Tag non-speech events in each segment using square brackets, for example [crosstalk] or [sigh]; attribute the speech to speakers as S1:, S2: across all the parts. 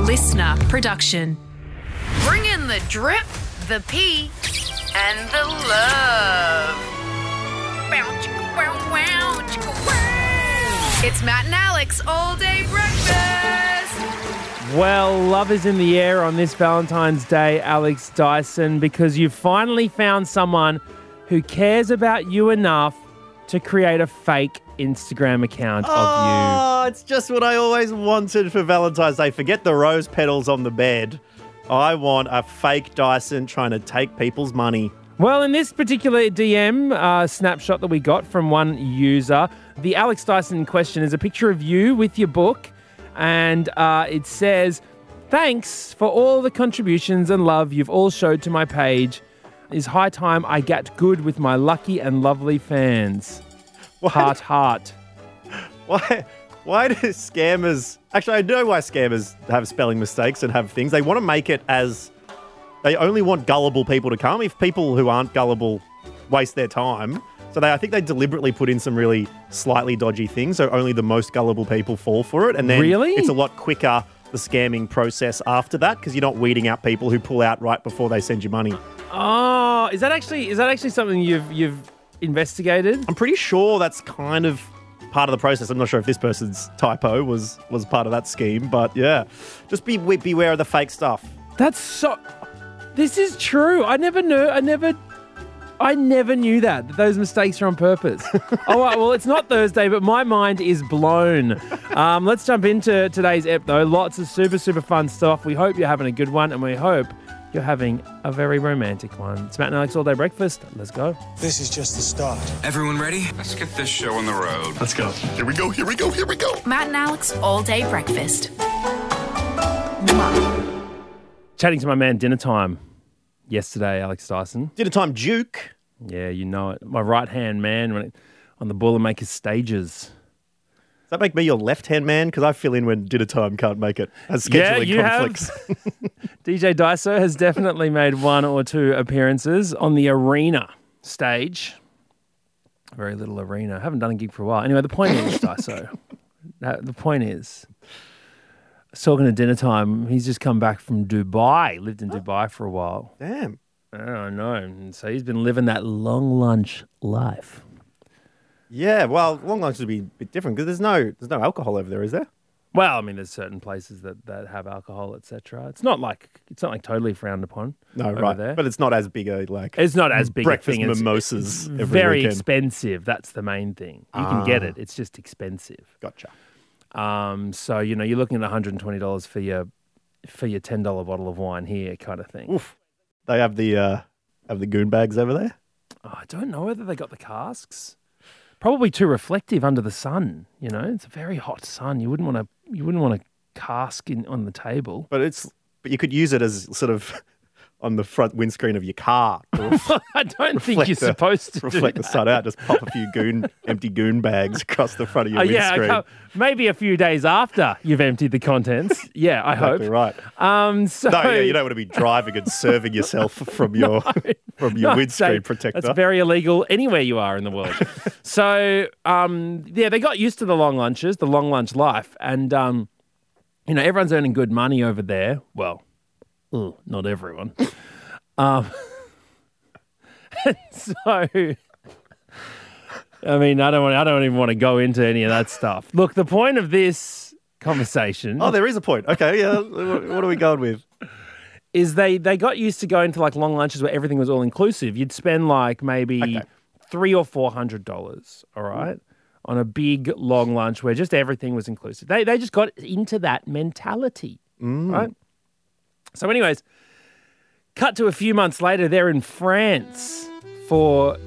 S1: listener production.
S2: Bring in the drip, the pee, and the love. Wow, chicka, wow, wow, chicka, wow. It's Matt and Alex all day breakfast.
S3: Well, love is in the air on this Valentine's Day, Alex Dyson, because you've finally found someone who cares about you enough to create a fake Instagram account of
S4: Oh, it's just what I always wanted for Valentine's Day. Forget the rose petals on the bed. I want a fake Dyson trying to take people's money.
S3: you. Well, in this particular DM uh, snapshot that we got from one user, the Alex Dyson question is a picture of you with your book, and uh, it says, Thanks for all the contributions and love you've all showed to my page. It's high time I get good with my lucky and lovely fans. Heart, heart.
S4: Why? Why do scammers? Actually, I know why scammers have spelling mistakes and have things. They want to make it as they only want gullible people to come. If people who aren't gullible waste their time, so they, I think they deliberately put in some really slightly dodgy things, so only the most gullible people fall for it, and then
S3: Really?
S4: it's a lot quicker the scamming process after that because you're not weeding out people who pull out right before they send you money.
S3: Oh, is that actually is that actually something you've you've investigated?
S4: I'm pretty sure that's kind of part of the process. I'm not sure if this person's typo was was part of that scheme, but yeah, just be we- beware of the fake stuff.
S3: That's so. This is true. I never knew. I never. I never knew that, that those mistakes are on purpose. All right, well, it's not Thursday, but my mind is blown. Um, let's jump into today's ep, though. Lots of super, super fun stuff. We hope you're having a good one, and we hope you're having a very romantic one. It's Matt and Alex All Day Breakfast. Let's go.
S5: This is just the start.
S6: Everyone ready?
S7: Let's get this show on the road.
S8: Let's go. Here we go, here we go, here we go.
S1: Matt and Alex all day breakfast.
S3: Chatting to my man dinner time yesterday, Alex Dyson.
S4: Dinner time, Duke.
S3: Yeah, you know it. My right hand man when it, on the Boilermakers stages.
S4: Does that make me your left hand man? Because I fill in when dinner time can't make it. As
S3: Yeah,
S4: scheduling
S3: you have.
S4: conflicts. [laughs]
S3: DJ Daiso has definitely made one or two appearances on the arena stage. Very little arena. I haven't done a gig for a while. Anyway, the point [laughs] is, Daiso, uh, the point is, I was talking to dinner time. He's just come back from Dubai, lived in Dubai for a while.
S4: Damn.
S3: I know. And so he's been living that long lunch life.
S4: Yeah, well, long lunch would be a bit different because there's no there's no alcohol over there, is there?
S3: Well, I mean, there's certain places that, that have alcohol, etc. It's not like it's not like totally frowned upon.
S4: No,
S3: over
S4: right.
S3: There.
S4: But it's not as big a like
S3: It's not as big
S4: breakfast
S3: a thing. It's-
S4: mimosas every
S3: very
S4: weekend. Ah.
S3: expensive. That's the main thing. You can get it. It's just expensive.
S4: gotcha.
S3: Um, so you know you're looking at 120 dollars for your for your ten dollar bottle of wine here, kind of thing.
S4: Oof. They have the uh have the goon bags over there.
S3: Oh, I don't know whether they got the casks. Probably too reflective under the sun. You know, it's a very hot sun. You wouldn't want to. You wouldn't want to cask in on the table. [laughs]
S4: But it's but you could use it as sort of [laughs] on the front windscreen of
S3: [laughs]
S4: your car to ref-
S3: I don't think
S4: Reflect
S3: you're
S4: the-
S3: supposed to do
S4: reflect the sun out. Just pop a few
S3: [laughs]
S4: goon empty goon bags across the front of your
S3: Oh, yeah,
S4: windscreen.
S3: I can't- maybe a few days after you've emptied the contents. Yeah, I
S4: Exactly
S3: hope.
S4: right.
S3: Um, so
S4: No, yeah, you don't want to be driving and serving yourself
S3: [laughs]
S4: from your from your
S3: No,
S4: windscreen
S3: Dave,
S4: protector.
S3: That's very illegal anywhere you are in the
S4: [laughs]
S3: world. so, um, yeah, they got used to the long lunches, the long lunch life, and um, you know everyone's earning good money over there. Well, ugh, not everyone. [laughs] um, [laughs] so. I mean, I don't want. I don't even want to go into any of that stuff. Look, the point of this conversation
S4: oh, there is a point. Okay, yeah. What what are we going with?
S3: is they they got used to going to like long lunches where everything was all inclusive. You'd spend like maybe three or four hundred dollars, all right, on a big long lunch where just everything was inclusive. They they just got into that mentality, right? So, anyways, cut to a few months later, they're in France for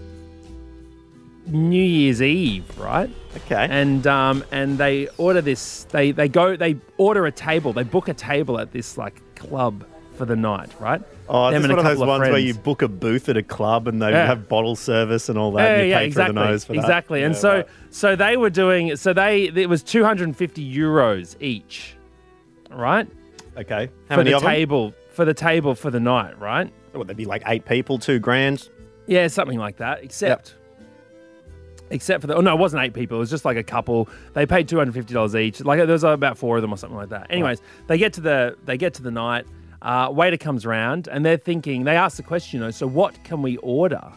S3: New Year's Eve, right?
S4: Okay.
S3: and um, and they order this. They they go. They order a table. They book a table at this like club for the night, right?
S4: Oh, it's
S3: Them and
S4: just
S3: a
S4: one of those
S3: couple
S4: ones where
S3: friends.
S4: you book a booth at a club and they
S3: Yeah.
S4: have bottle service and all that.
S3: Yeah,
S4: and you
S3: yeah,
S4: pay
S3: exactly,
S4: through the nose for that.
S3: exactly. And
S4: Yeah,
S3: so
S4: right.
S3: so they were doing. So they it was two hundred and fifty euros each, right?
S4: okay, how
S3: for
S4: many
S3: the
S4: of them?
S3: table for the table for the night, right?
S4: What, there'd be like eight people, two grand.
S3: Yeah, something like that. Except except for the oh no, it wasn't eight people. It was just like a couple. They paid two hundred fifty dollars each. Like there was about four of them or something like that. Anyways, they get to the they get to the night. Uh, waiter comes round and they're thinking. They ask the question, you know, so what can we order?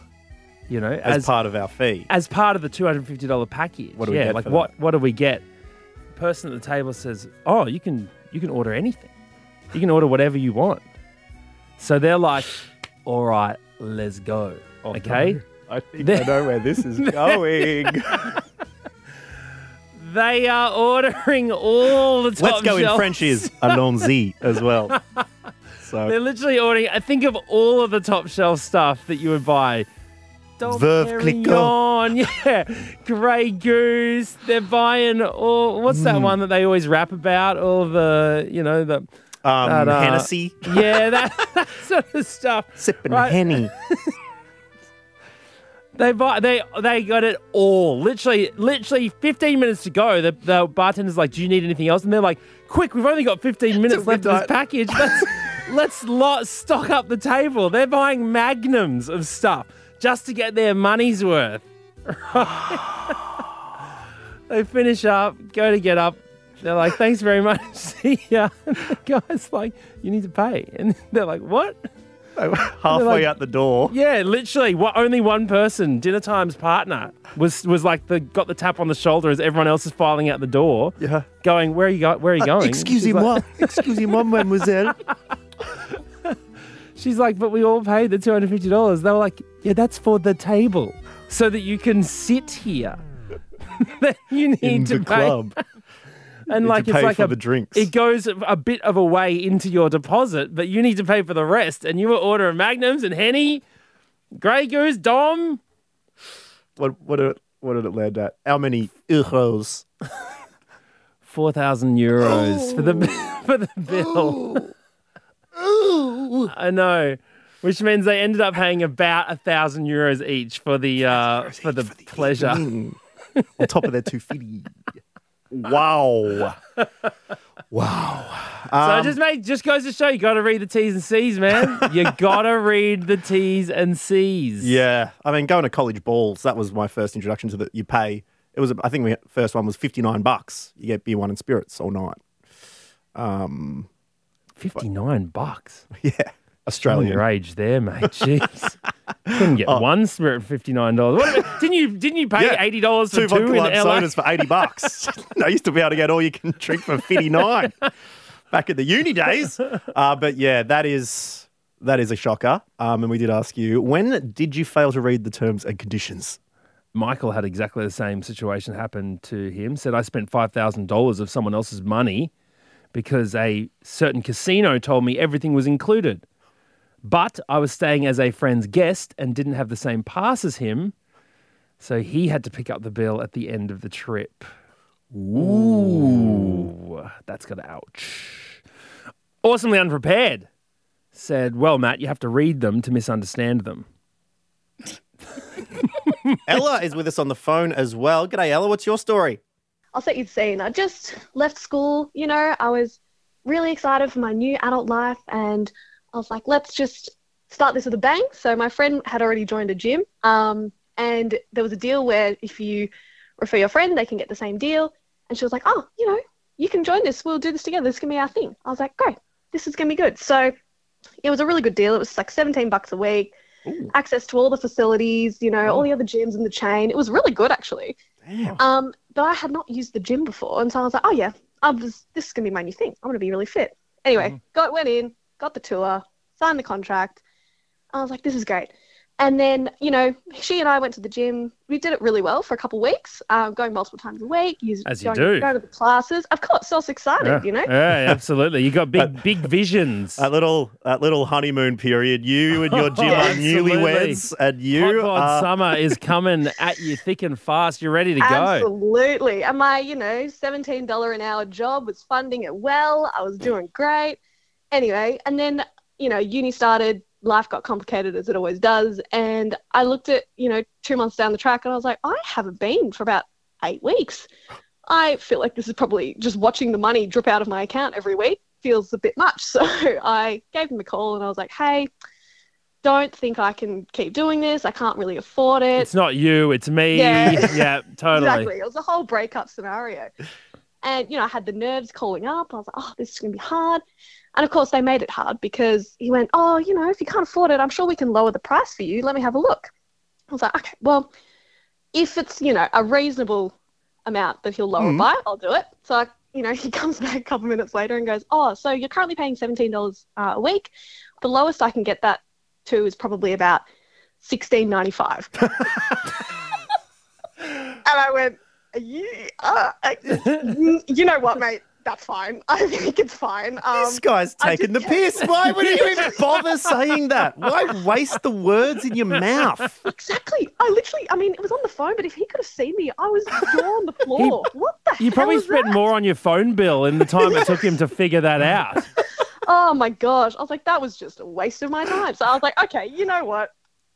S3: You know,
S4: as, part of our fee.
S3: as part of the two hundred fifty dollar package.
S4: What do we
S3: yeah,
S4: get
S3: like
S4: for
S3: what what do we get? Person at the table says, "Oh, you can you can order anything. You can order whatever you want." So they're like, "All right, let's go."
S4: Oh,
S3: okay.
S4: I think
S3: The-
S4: I know where
S3: [laughs]
S4: this is going.
S3: They are ordering all the top
S4: Let's go in
S3: shelf-
S4: French is allons-y
S3: [laughs]
S4: as well.
S3: They're
S4: So um,
S3: literally ordering. I think of all of the top shelf stuff that you would buy. Dom
S4: Veuve
S3: Clicquot. [laughs] Yeah. Grey Goose. They're buying all. What's that one that they always rap about? All the, you know, the.
S4: um,
S3: That, uh,
S4: Hennessy,
S3: Yeah, that, [laughs] that sort of stuff.
S4: sipping
S3: Right. [laughs]
S4: henny.
S3: They buy, they they got it all. Literally, literally 15 minutes to go. The, the bartender's like, "Do you need anything else?" And they're like, "Quick, we've only got 15 minutes left of this
S4: midnight."
S3: package. Let's let's lot stock up the table." They're buying magnums of stuff just to get their money's worth. [laughs] they finish up, go to get up. They're like, "Thanks very much, [laughs] see ya." And the guy's like, "You need to pay," and [laughs] they're like, "What?"
S4: Halfway
S3: like-
S4: out the door.
S3: Yeah, literally, wha- only one person, dinner time's partner, was was like the got the tap on the shoulder as everyone else is filing out the door.
S4: Yeah. Uh,
S3: going where are you go- where are you going? She's like- [laughs]
S4: excusez-moi, mademoiselle.
S3: she's like, but we all paid the two hundred fifty dollars. They were like, yeah, that's for the table, so that you can sit here. [laughs] Then you need
S4: In
S3: to
S4: the
S3: pay,
S4: club.
S3: and
S4: need
S3: like
S4: to
S3: it's
S4: pay
S3: like
S4: for
S3: a,
S4: the drinks.
S3: It goes a bit of a way into your deposit, but you need to pay for the rest. And you were ordering magnums and henny, Grey Goose, Dom.
S4: What, what, did, it- what did it land at? How many euros?
S3: four thousand euros for the [laughs] for the bill. I know, which means they ended up paying about a thousand euros each for the uh, for the pleasure.
S4: on top of their two
S3: [laughs]
S4: feet. Wow. Wow.
S3: so it
S4: Um,
S3: just mate, just goes to show you got to read the T's and C's, man.
S4: [laughs]
S3: you gotta read the T's and C's.
S4: Yeah. I mean, going to college balls, that was my first introduction to the you pay. It was I think we first one was 59 bucks. You get beer, wine and spirits all night.
S3: fifty nine bucks.
S4: Yeah.
S3: Showing
S4: Australian.
S3: your age there, mate. Jeez. Couldn't get one spirit for fifty nine dollars. Didn't you? Didn't you pay
S4: Oh. Yeah.
S3: eighty dollars for two,
S4: vodka
S3: in
S4: lime
S3: LA?
S4: sodas for
S3: [laughs]
S4: 80 bucks. I used to be able to get all you can drink for 59 back in the uni days. Uh, but yeah, that is that is a shocker. Um, and we did ask you, when did you fail to read the terms and conditions?
S3: Michael had exactly the same situation happen to him. Said I spent five thousand dollars of someone else's money because a certain casino told me everything was included, but I was staying as a friend's guest and didn't have the same pass as him, so he had to pick up the bill at the end of the trip. Ooh, that's gonna ouch. Awesomely unprepared. Said, well, Matt, you have to read them to misunderstand them.
S4: Ella is with us on the phone as well. G'day, Ella. What's your story?
S5: I'll set you the scene. I just left school, you know, I was really excited for my new adult life and I was like, let's just start this with a bang. So my friend had already joined a gym um, and there was a deal where if you refer your friend, they can get the same deal. And she was like, oh, you know, you can join this. We'll do this together. This can be our thing. I was like, great. This is going to be good. So it was a really good deal. It was like 17 bucks a week, access to all the facilities, you know, all the other gyms in the chain. It was really good actually. Um, but I had not used the gym before, and so I was like, oh yeah, I was, this is gonna be my new thing. I'm gonna be really fit. Anyway,
S3: Mm-hmm.
S5: got went in, got the tour, signed the contract. I was like, this is great. And then you know, she and I went to the gym. We did it really well for a couple of weeks, um, going multiple times a week. Use,
S3: As you
S5: going,
S3: do.
S5: Going to the classes. Of course, so I was excited, you know.
S3: Yeah, absolutely. You got big, big visions.
S4: That little that little honeymoon period. You and your gym
S3: [laughs]
S4: are
S3: Absolutely.
S4: newlyweds, and you uh,
S3: Hot Bod
S4: are
S3: summer is coming at you thick and fast. You're ready to go.
S5: Absolutely. And my, you know, $17 an hour job was funding it well. I was doing great. Anyway, and then, you know, uni started, life got complicated as it always does. And I looked at, you know, two months down the track and I was like, I haven't been for about eight weeks. I feel like this is probably just watching the money drip out of my [laughs] account every week feels a bit much. So I gave him a call and I was like, hey, don't think I can keep doing this. I can't really afford it.
S3: It's not you, it's me.
S5: Yeah. [laughs]
S3: yeah totally.
S5: Exactly. It was a whole breakup scenario. And, you know, I had the nerves calling up. I was like, oh, this is going to be hard. And of course, they made it hard because he went, oh, you know, if you can't afford it, I'm sure we can lower the price for you. Let me have a look. I was like, okay, well, if it's, you know, a reasonable amount that he'll lower it by, I'll do it. So, I, you know, [laughs] he comes back a couple minutes later and goes, oh, so you're currently paying $17 uh, a week. The lowest I can get that to is probably about sixteen
S3: [laughs]
S5: ninety five. and I went, Are you, uh, I- n- you know what, mate? That's fine. I think it's fine. Um,
S4: This guy's
S5: I
S4: taking the
S5: just-
S4: piss. Why would you
S5: [laughs]
S4: even bother saying that? Why waste the words in your mouth?
S5: exactly. I literally, I mean, it was on the phone, but if he could have seen me, I was jaw
S3: [laughs]
S5: on the floor. what the
S3: You
S5: hell
S3: probably
S5: was
S3: spent
S5: that?
S3: more on your phone bill in the time it took him to figure
S5: [laughs]
S3: that out.
S5: Oh my gosh. I was like, that was just a waste of my time. So I was like, okay, you know what?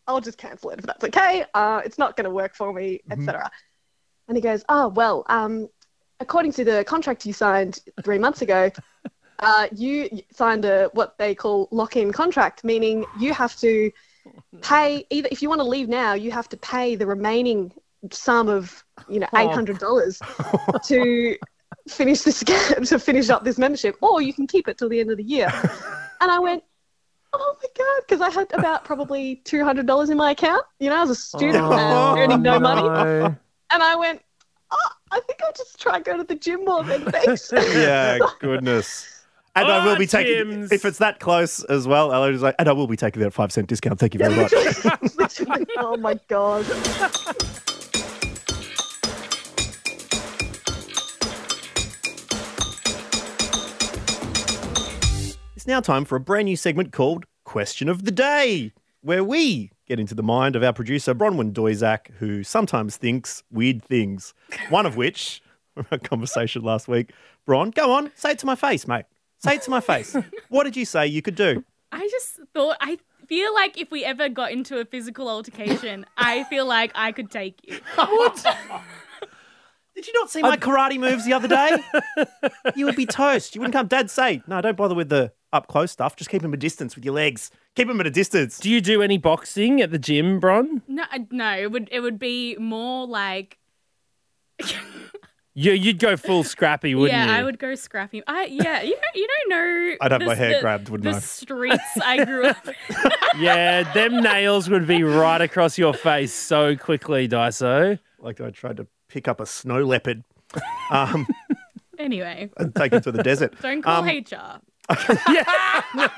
S5: I'll just cancel it if that's okay. Uh, it's not going to work for me, etc. And he goes, oh, well, um, according to the contract you signed three months ago, uh, you signed a what they call lock-in contract, meaning you have to pay either if you want to leave now, you have to pay the remaining sum of you know eight hundred dollars to finish this [laughs] to finish up this membership, or you can keep it till the end of the year. And I went, oh my god, because I had about probably two hundred dollars in my account. You know, I was a student and [laughs] earning Oh, no money,
S3: Oh, no.
S5: and I went, oh, I think I'll just try and go to the gym more then.
S3: [laughs]
S5: Thanks.
S4: Yeah, goodness. And I will
S3: Oh,
S4: be taking
S3: Tim's.
S4: if it's that close as well. Ella is like, and I will be taking that five cent discount. Thank you very
S5: [laughs]
S4: much.
S5: Literally, oh my god.
S4: It's now time for a brand new segment called Question of the Day, where we get into the mind of our producer, Bronwyn Doizak, who sometimes thinks weird things. One of which, [laughs] from our conversation last week, Bron, go on, say it to my face, mate. Say it to my
S5: [laughs]
S4: face. what did you say you could do?
S6: I just thought I feel like if we ever got into a
S4: [laughs]
S6: physical altercation, I feel like I could take you.
S4: Did you not see my karate moves the other day? you would be toast. You wouldn't come. Dad say, no, don't bother with the up close stuff. Just keep him a distance with your legs. Keep him at a distance.
S3: Do you do any boxing at the gym, Bron?
S6: No, I- no, it would it would be more like
S3: You, you'd go full scrappy, wouldn't
S6: yeah,
S3: you?
S6: I would go scrappy. I yeah, you don't, you don't know.
S4: [laughs] I'd have
S6: the-
S4: my hair
S6: the-
S4: grabbed, wouldn't
S6: the
S4: I?
S6: streets I grew up.
S4: [laughs]
S6: in.
S3: Yeah, them nails would be right across your face so quickly, Daiso.
S4: Like I tried to pick up a snow leopard um,
S6: Anyway,
S4: and take it to the desert.
S6: don't call
S4: Um,
S6: HR.
S3: Yeah, no.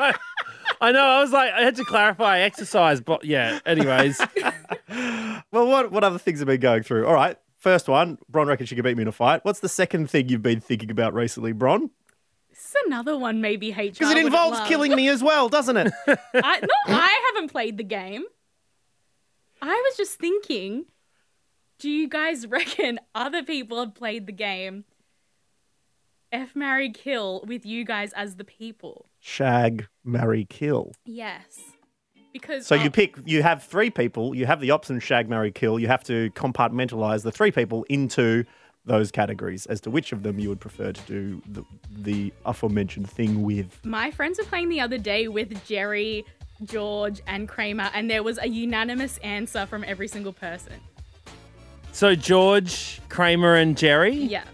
S3: I know. I was like, I had to clarify exercise, but yeah. Anyways,
S4: Well, what, what other things have been going through? All right. First one, Bron reckons she could beat me in a fight. What's the second thing you've been thinking about recently, Bron?
S6: This is another one. Maybe HR
S4: Because it
S6: would
S4: involves
S6: Oh, love.
S4: killing me as well, doesn't it?
S6: I, no, I haven't played the game. I was just thinking, do you guys [laughs] reckon other people have played the game F Marry Kill with you guys as the people?
S4: Shag, marry, kill.
S6: Yes. Because
S4: So
S6: oh,
S4: you pick, you have three people, you have the option shag, marry, kill. You have to compartmentalize the three people into those categories as to which of them you would prefer to do the, the aforementioned thing with.
S6: my friends were playing the other day with Jerry, George, and Kramer, and there was a unanimous answer from every single person.
S3: so George, Kramer, and Jerry.
S6: Yeah.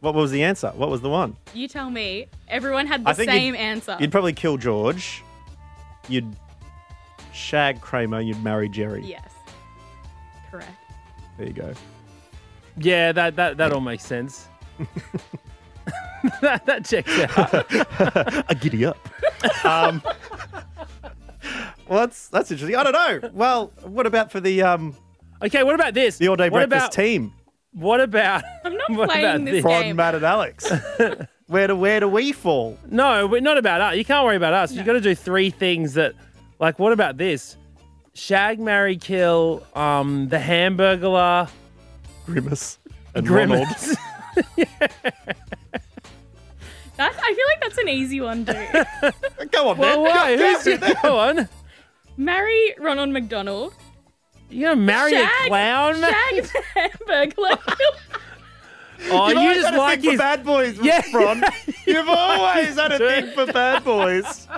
S4: What was the answer? What was the one?
S6: You tell me. Everyone had
S4: I
S6: the
S4: think
S6: same
S4: you'd-
S3: Uh.
S6: answer.
S4: You'd probably kill George. You'd shag Kramer, you'd marry Jerry.
S6: yes. Correct.
S4: There you go.
S3: Yeah, that that that all makes sense. [laughs] that, that checks out.
S4: a giddy up. [laughs] um, well, that's that's interesting. I don't know. Well, what about for the um
S3: Okay, what about this?
S4: the all day
S3: what
S4: breakfast
S3: about,
S4: team?
S3: What about?
S6: [laughs] I'm
S3: [laughs]
S6: not
S3: What about
S6: playing this
S3: this?
S4: Ron,
S6: game.
S4: Matt,
S3: [laughs]
S4: and Alex. where do where do we fall?
S3: No, but not about us. You can't worry about us. You've got to do three things that, like, what about this? Shag, marry, kill, um, the Hamburglar,
S4: Grimace and Ronald.
S3: Grimace.
S6: That's, I feel like that's an easy one, too.
S4: [laughs] Go
S3: [laughs]
S4: on,
S3: well,
S4: man.
S3: why? Who's your go on?
S6: Marry Ronald McDonald.
S3: You gonna marry a
S6: Shag-
S3: clown? man?
S6: Shag
S4: [laughs]
S6: the burglar.
S3: Oh,
S4: You've
S3: you
S4: always
S3: just
S4: had a
S3: like
S4: thing
S3: his.
S4: for bad boys,
S3: Yeah. [laughs]
S4: Ron. You've always had a
S3: do.
S4: thing for bad boys.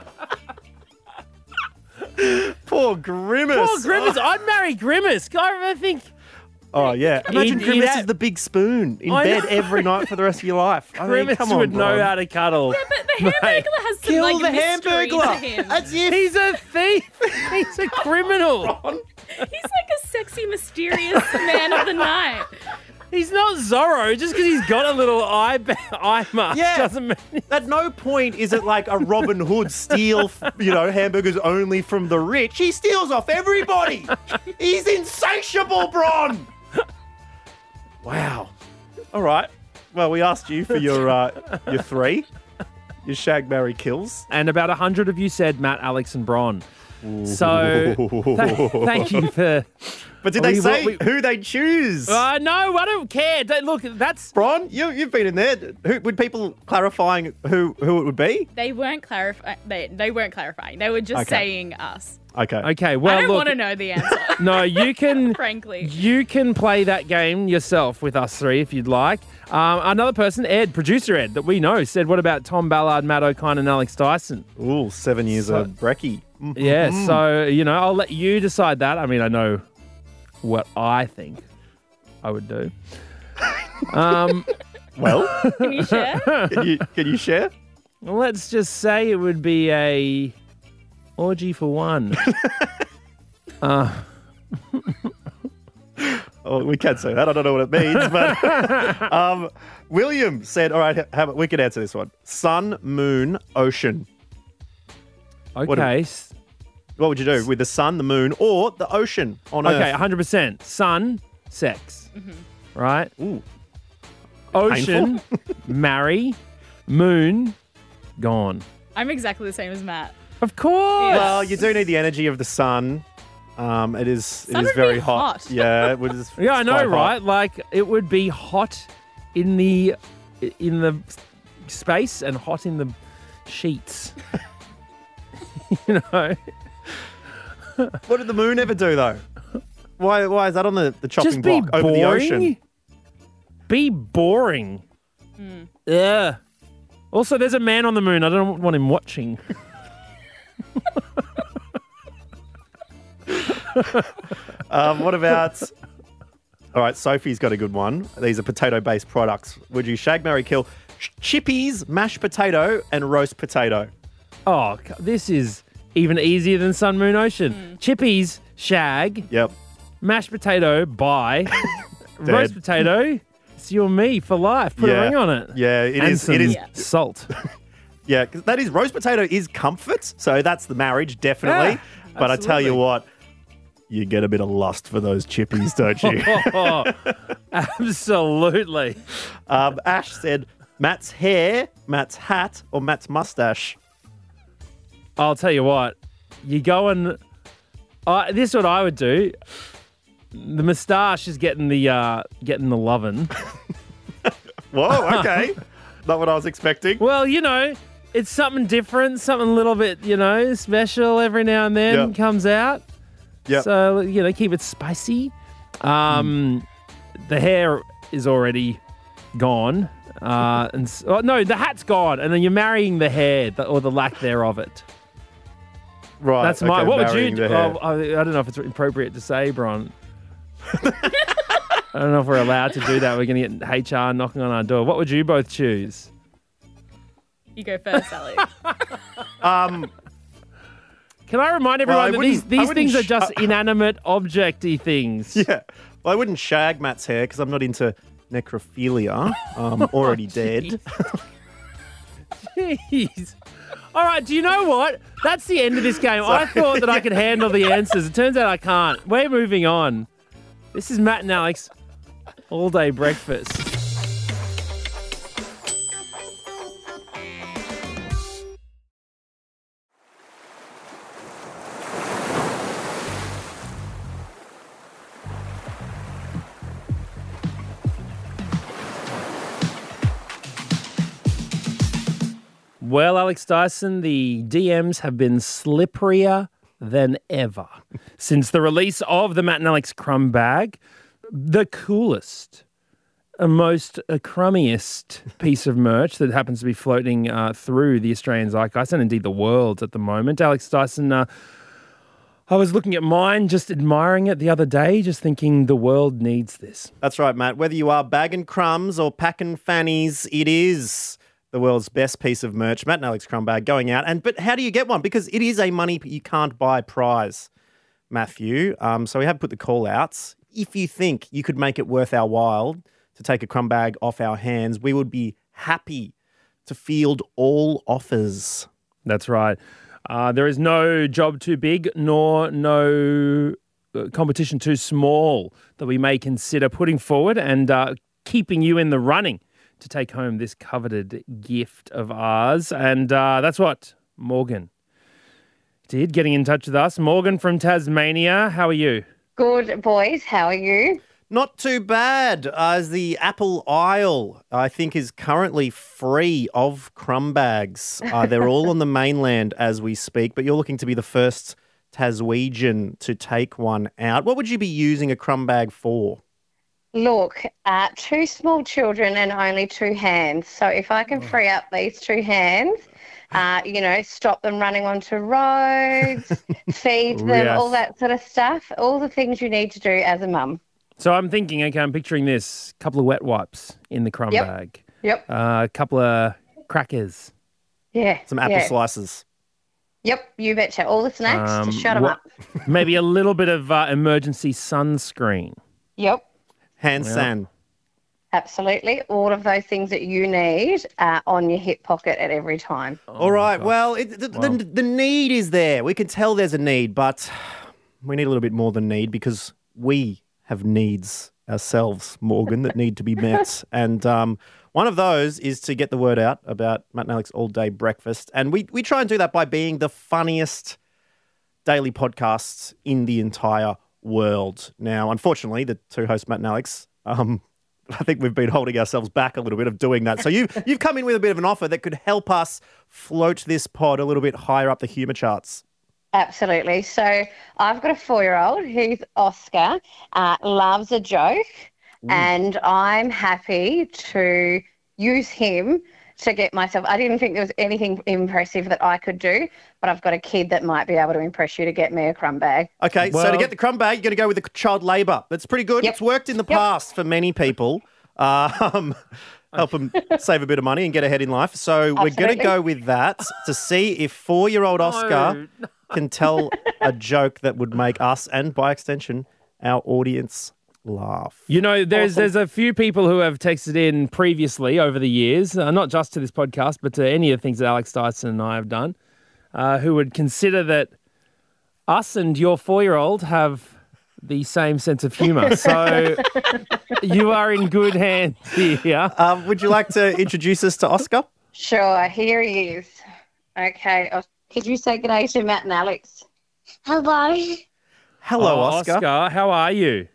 S4: Poor Grimace.
S3: Poor Oh, Grimace. I'd marry Grimace. God, I think.
S4: Oh, yeah. Imagine
S3: He'd eat
S4: Grimace
S3: out-
S4: is the big spoon in
S3: I
S4: bed
S3: know.
S4: every night for the rest of your life. I mean,
S3: Grimace
S4: come on,
S3: would know
S4: bro.
S3: how to cuddle.
S6: [laughs] But the Hamburglar has some
S4: Kill
S6: like
S4: the
S6: mystery to
S4: Hamburglar.
S6: him.
S3: He's a thief. He's a criminal.
S6: [laughs] He's like a sexy, mysterious
S4: [laughs]
S6: man of the night.
S3: He's not Zorro. Just because he's got a little eye ba- eye mask
S4: Yeah.
S3: doesn't mean. [laughs]
S4: At no point is it like a Robin Hood steal, you know, hamburgers only from the rich. He steals off everybody. He's insatiable, Bron. Wow. All right. Well, we asked you for your uh, your three, your shag, marry, kills.
S3: And about hundred of you said Matt, Alex, and Bron. So
S4: [laughs]
S3: th- thank you for.
S4: But did they
S3: We-
S4: say
S3: we-
S4: who they choose?
S3: Uh, no, I don't care. Don't- Look, that's
S4: Bron, you you've been in there. Who, would people clarifying who who it would be?
S6: They weren't clarifying. They, they weren't clarifying. They were just
S4: Okay.
S6: saying us.
S4: Okay.
S3: okay. Well,
S6: I don't
S3: look,
S6: want to
S4: [laughs]
S6: know the answer,
S3: No, you can.
S6: [laughs] frankly.
S3: You can play that game yourself with us three if you'd like. Um, another person, Ed, producer Ed, that we know, said, "What about Tom Ballard, Matt O'Kine, and Alex Dyson?"
S4: Ooh, seven years
S3: So-
S4: of brekkie. Mm.
S3: Yeah, so you know, I'll let you decide that. I mean, I know what I think I would do. Um,
S4: Well,
S6: Can
S4: [laughs]
S6: you share?
S4: can you can you share?
S3: let's just say it would be a orgy for one.
S4: Oh, we can't say that. I don't know what
S3: [laughs]
S4: it means, but um, William said, "All right, have it. We can answer this one: sun, moon, ocean. do-
S3: Okay, s-
S4: What would you do with the sun, the moon, or the ocean on
S3: okay,
S4: Earth?
S3: 100 percent sun, sex, right?
S4: Ooh.
S3: Ocean, marry, moon, gone.
S6: I'm exactly the same as Matt.
S3: Of course.
S4: Well, Uh, you do need the energy of the sun. Um, it is
S6: Sun
S4: it is
S6: would be
S4: very hot.
S6: hot.
S4: Yeah, it would, it's,
S3: Yeah, I
S4: it's
S3: know,
S4: quite hot.
S3: right? Like it would be hot in the in the space and hot in the sheets. [laughs] you know,
S4: What did the moon ever do though? Why why is that on the, the chopping
S3: just be
S4: block
S3: boring.
S4: over the ocean?
S3: Be boring. Yeah. Also, there's a man on the moon. I don't want him watching.
S4: Um,
S3: [laughs]
S4: what about? All right, Sophie's got a good one. These are potato-based products. Would you shag, marry, kill? Ch- Chippies, mashed potato, and roast potato.
S3: Oh, c- this is even easier than Sun, Moon, Ocean. Chippies, shag,
S4: Yep.
S3: mashed potato,
S4: [laughs]
S3: bye. Roast
S4: Dead.
S3: potato, it's you and me for life. Put
S4: Yeah.
S3: a ring on it.
S4: Yeah, it
S3: and
S4: is-
S3: Some
S4: it is- [laughs]
S3: salt.
S4: Yeah, 'cause that is roast potato is comfort, so that's the marriage definitely.
S3: Yeah,
S4: but I tell you
S3: absolutely.
S4: what, you get a bit of lust for those chippies,
S3: [laughs]
S4: don't you?
S3: Oh, absolutely.
S4: um, Ash said, Matt's hair, Matt's hat, or Matt's mustache.
S3: I'll tell you what. You go and I this is what I would do. The moustache is getting the uh, getting the lovin'.
S4: Whoa,
S3: [laughs]
S4: okay, not what I was expecting.
S3: Well, you know, it's something different, something a little bit, you know, special every now and then
S4: Yeah.
S3: comes out.
S4: Yep.
S3: So, you know, keep it spicy. Um, The hair is already gone. Uh, and s- oh, no, the hat's gone, and then you're marrying the hair the, or the lack thereof it.
S4: right,
S3: That's my.
S4: okay,
S3: What would you?
S4: marrying
S3: do?
S4: the hair.
S3: Oh, I, I don't know if it's appropriate to say, Bron. I don't know if we're allowed to do that. We're going to get HR knocking on our door. What would you both choose?
S6: You go first, Alex.
S4: Um,
S3: Can I remind
S4: Well, I
S3: everyone that these,
S4: wouldn't- I
S3: these
S4: wouldn't
S3: things are
S4: sh- uh,
S3: just inanimate objecty things?
S4: [laughs] Yeah. Well, I wouldn't shag Matt's hair because I'm not into necrophilia. Um, already dead.
S3: Jeez. All right, do you know what? That's the end of this game. I thought that I could handle the answers. It turns out I can't. We're moving on. This is Matt and Alex all day breakfast. Well, Alex Dyson, the DMs have been slipperier than ever since the release of the Matt and Alex crumb bag. The coolest, uh, most uh, crummiest piece of merch that happens to be floating uh, through the Australian zeitgeist and indeed the world at the moment. Alex Dyson, uh, I was looking at mine, just admiring it the other day, just thinking the world needs this.
S4: That's right, Matt. Whether you are bagging crumbs or packing fannies, it is the world's best piece of merch. Matt and Alex Crumbag going out. And but how do you get one? Because it is a money you can't buy prize, Matthew. Um, so we have put the call outs. If you think you could make it worth our while to take a crumb bag off our hands, we would be happy to field all offers.
S3: That's right. Uh, there is no job too big, nor no uh, competition too small that we may consider putting forward and uh, keeping you in the running to take home this coveted gift of ours. And uh, that's what Morgan did, getting in touch with us. Morgan from Tasmania, how are you?
S6: Good boys, how are you?
S4: Not too bad, uh, as the Apple Isle, I think, is currently free of crumb bags. Uh, they're all on the mainland as we speak, but you're looking to be the first Taswegian to take one out. What would you be using a crumb bag for?
S6: Look, uh, two small children and only two hands. So if I
S4: Oh.
S6: can free up these two hands, uh, you know, stop them running
S4: [laughs]
S6: onto roads, feed
S4: Oh,
S6: them,
S3: Yes.
S6: all that sort of stuff, all the things you need to do as a mum.
S3: So I'm thinking, okay, I'm picturing this couple of wet wipes in the crumb
S6: Yep.
S3: bag, uh,
S6: Yep.
S3: a couple of crackers.
S6: Yeah.
S4: Some apple
S6: yeah.
S4: slices.
S6: Yep. You betcha. All the snacks
S3: um,
S6: to shut them
S3: wha-
S6: up.
S3: [laughs]
S4: [laughs]
S3: maybe a little bit of uh, emergency sunscreen.
S6: Yep.
S4: Hand
S3: Yeah.
S4: san.
S6: Absolutely. All of those things that you need uh, on your hip pocket at every time.
S3: Oh
S4: All right. Well, it, the,
S3: Wow.
S4: the, the need is there. We can tell there's a need, but we need a little bit more than need because we have needs ourselves, Morgan, that need to be met. And um, one of those is to get the word out about Matt and Alex All Day Breakfast. And we, we try and do that by being the funniest daily podcasts in the entire world. Now, unfortunately, the two hosts, Matt and Alex, um, I think we've been holding ourselves back a little bit of doing that. So
S6: [laughs]
S4: you you've come in with a bit of an offer that could help us float this pod a little bit higher up the humor charts.
S6: Absolutely. So I've got a four year old who's Oscar, uh, loves a joke, and I'm happy to use him to get myself. I didn't think there was anything impressive that I could do, but I've got a kid that might be able to impress you to get me a crumb bag.
S4: Okay, so to
S3: Well-
S4: get the crumb bag, you're going to go with the child labour. That's pretty good.
S6: Yep.
S4: It's worked in the
S6: Yep.
S4: past for many people. Um, [laughs] help them save a bit of money and get ahead in life. So we're going to
S6: Absolutely.
S4: go with that to see if four-year-old Oscar can tell a joke that would make us and, by extension, our audience
S6: [laughs]
S4: laugh.
S3: You know, there's there's a few people who have texted in previously over the years, uh, not just to this podcast, but to any of the things that Alex Dyson and I have done, uh, who would consider that us and your four year old have the same sense of humour.
S6: [laughs]
S3: So you are in good hands here.
S4: Um, would you like to introduce us to Oscar?
S6: Sure, here he is. Okay. Os- Could you say good day to Matt and Alex?
S5: Hello.
S4: Hello,
S3: Oh,
S4: Oscar.
S3: Oscar, how are you?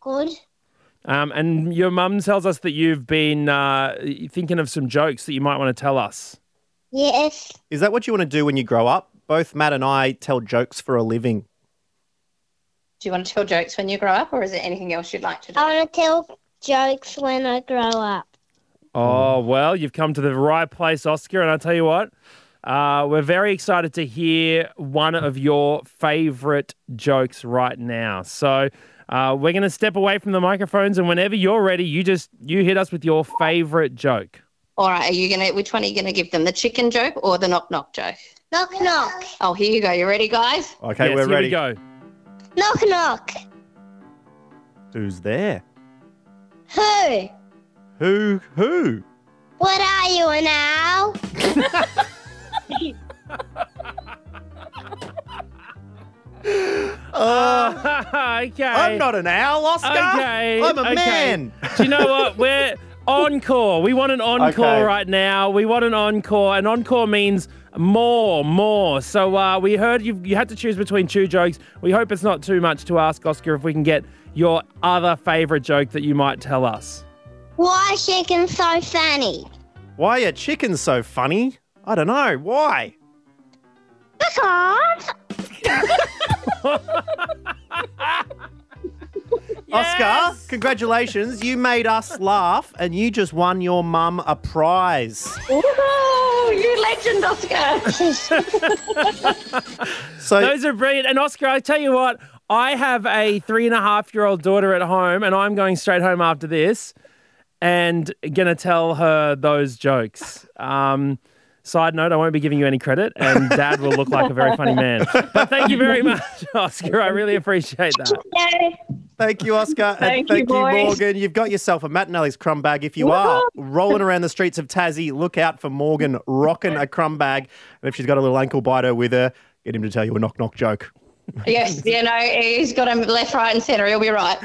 S5: Good.
S3: Um, and your mum tells us that you've been uh, thinking of some jokes that you might want to tell us.
S5: Yes.
S4: Is that what you want to do when you grow up? Both Matt and I tell jokes for a living.
S6: Do you want to tell jokes when you grow up, or is there anything else you'd like to do?
S5: I want to tell jokes when I grow up.
S4: Hmm.
S3: Oh, well, you've come to the right place, Oscar. And I tell you what, uh, we're very excited to hear one of your favorite jokes right now. So uh, we're going to step away from the microphones. And whenever you're ready, you just you hit us with your favorite joke.
S6: All right, are you gonna? Which one are you gonna give them? The chicken joke or the knock knock joke?
S5: Knock, knock.
S6: Oh, here you go. You ready, guys?
S4: Okay,
S3: Yes,
S4: we're
S3: here
S4: ready.
S3: we go. [laughs]
S5: Knock, knock.
S4: Who's there?
S5: Who?
S4: Who? Who?
S5: What are you,
S3: [laughs]
S5: an owl?
S4: [laughs] Uh,
S3: okay.
S4: I'm not an owl, Oscar.
S3: Okay.
S4: I'm a
S3: okay.
S4: man.
S3: Do you know what? We're encore. We want an encore
S4: [laughs] Okay.
S3: right now. We want an encore. An encore means more, more. So uh, we heard you you had to choose between two jokes. We hope it's not too much to ask Oscar if we can get your other favorite joke that you might tell us.
S5: Why is chicken so funny?
S4: Why are chickens so funny? I don't know. Why?
S5: Because
S4: [laughs] Oscar, congratulations. You made us laugh and you just won your mum a prize.
S5: Woohoo! You legend,
S6: [laughs]
S5: Oscar.
S4: So
S3: Those are brilliant. And Oscar, I tell you what, I have a three and a half year old daughter at home, and I'm going straight home after this and gonna tell her those jokes. Um, side note, I won't be giving you any credit, and Dad will look like a very funny man. But thank you very much, Oscar. I really appreciate that.
S9: Yay.
S4: Thank you, Oscar. and
S5: Thank you,
S4: thank you,
S5: boys.
S4: Morgan. You've got yourself a Matt and Ellie's crumb bag. If you are rolling around the streets of Tassie, look out for Morgan rocking a crumb bag. And if she's got a little ankle biter with her, get him to tell you a knock knock joke.
S10: Yes, you know, he's got him left, right, and centre. He'll be right.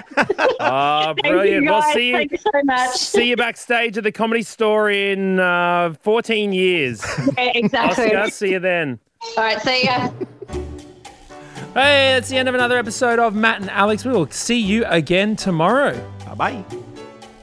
S3: Ah,
S5: Thank
S3: brilliant.
S5: you,
S3: We'll
S5: guys.
S3: see you.
S5: Thank you so much.
S3: See you backstage at the comedy store in uh, 14 years.
S10: Yeah, exactly.
S3: Oscar, see you then.
S10: All right, see ya.
S3: Hey, that's the end of another episode of Matt and Alex. We will see you again tomorrow.
S4: Bye bye.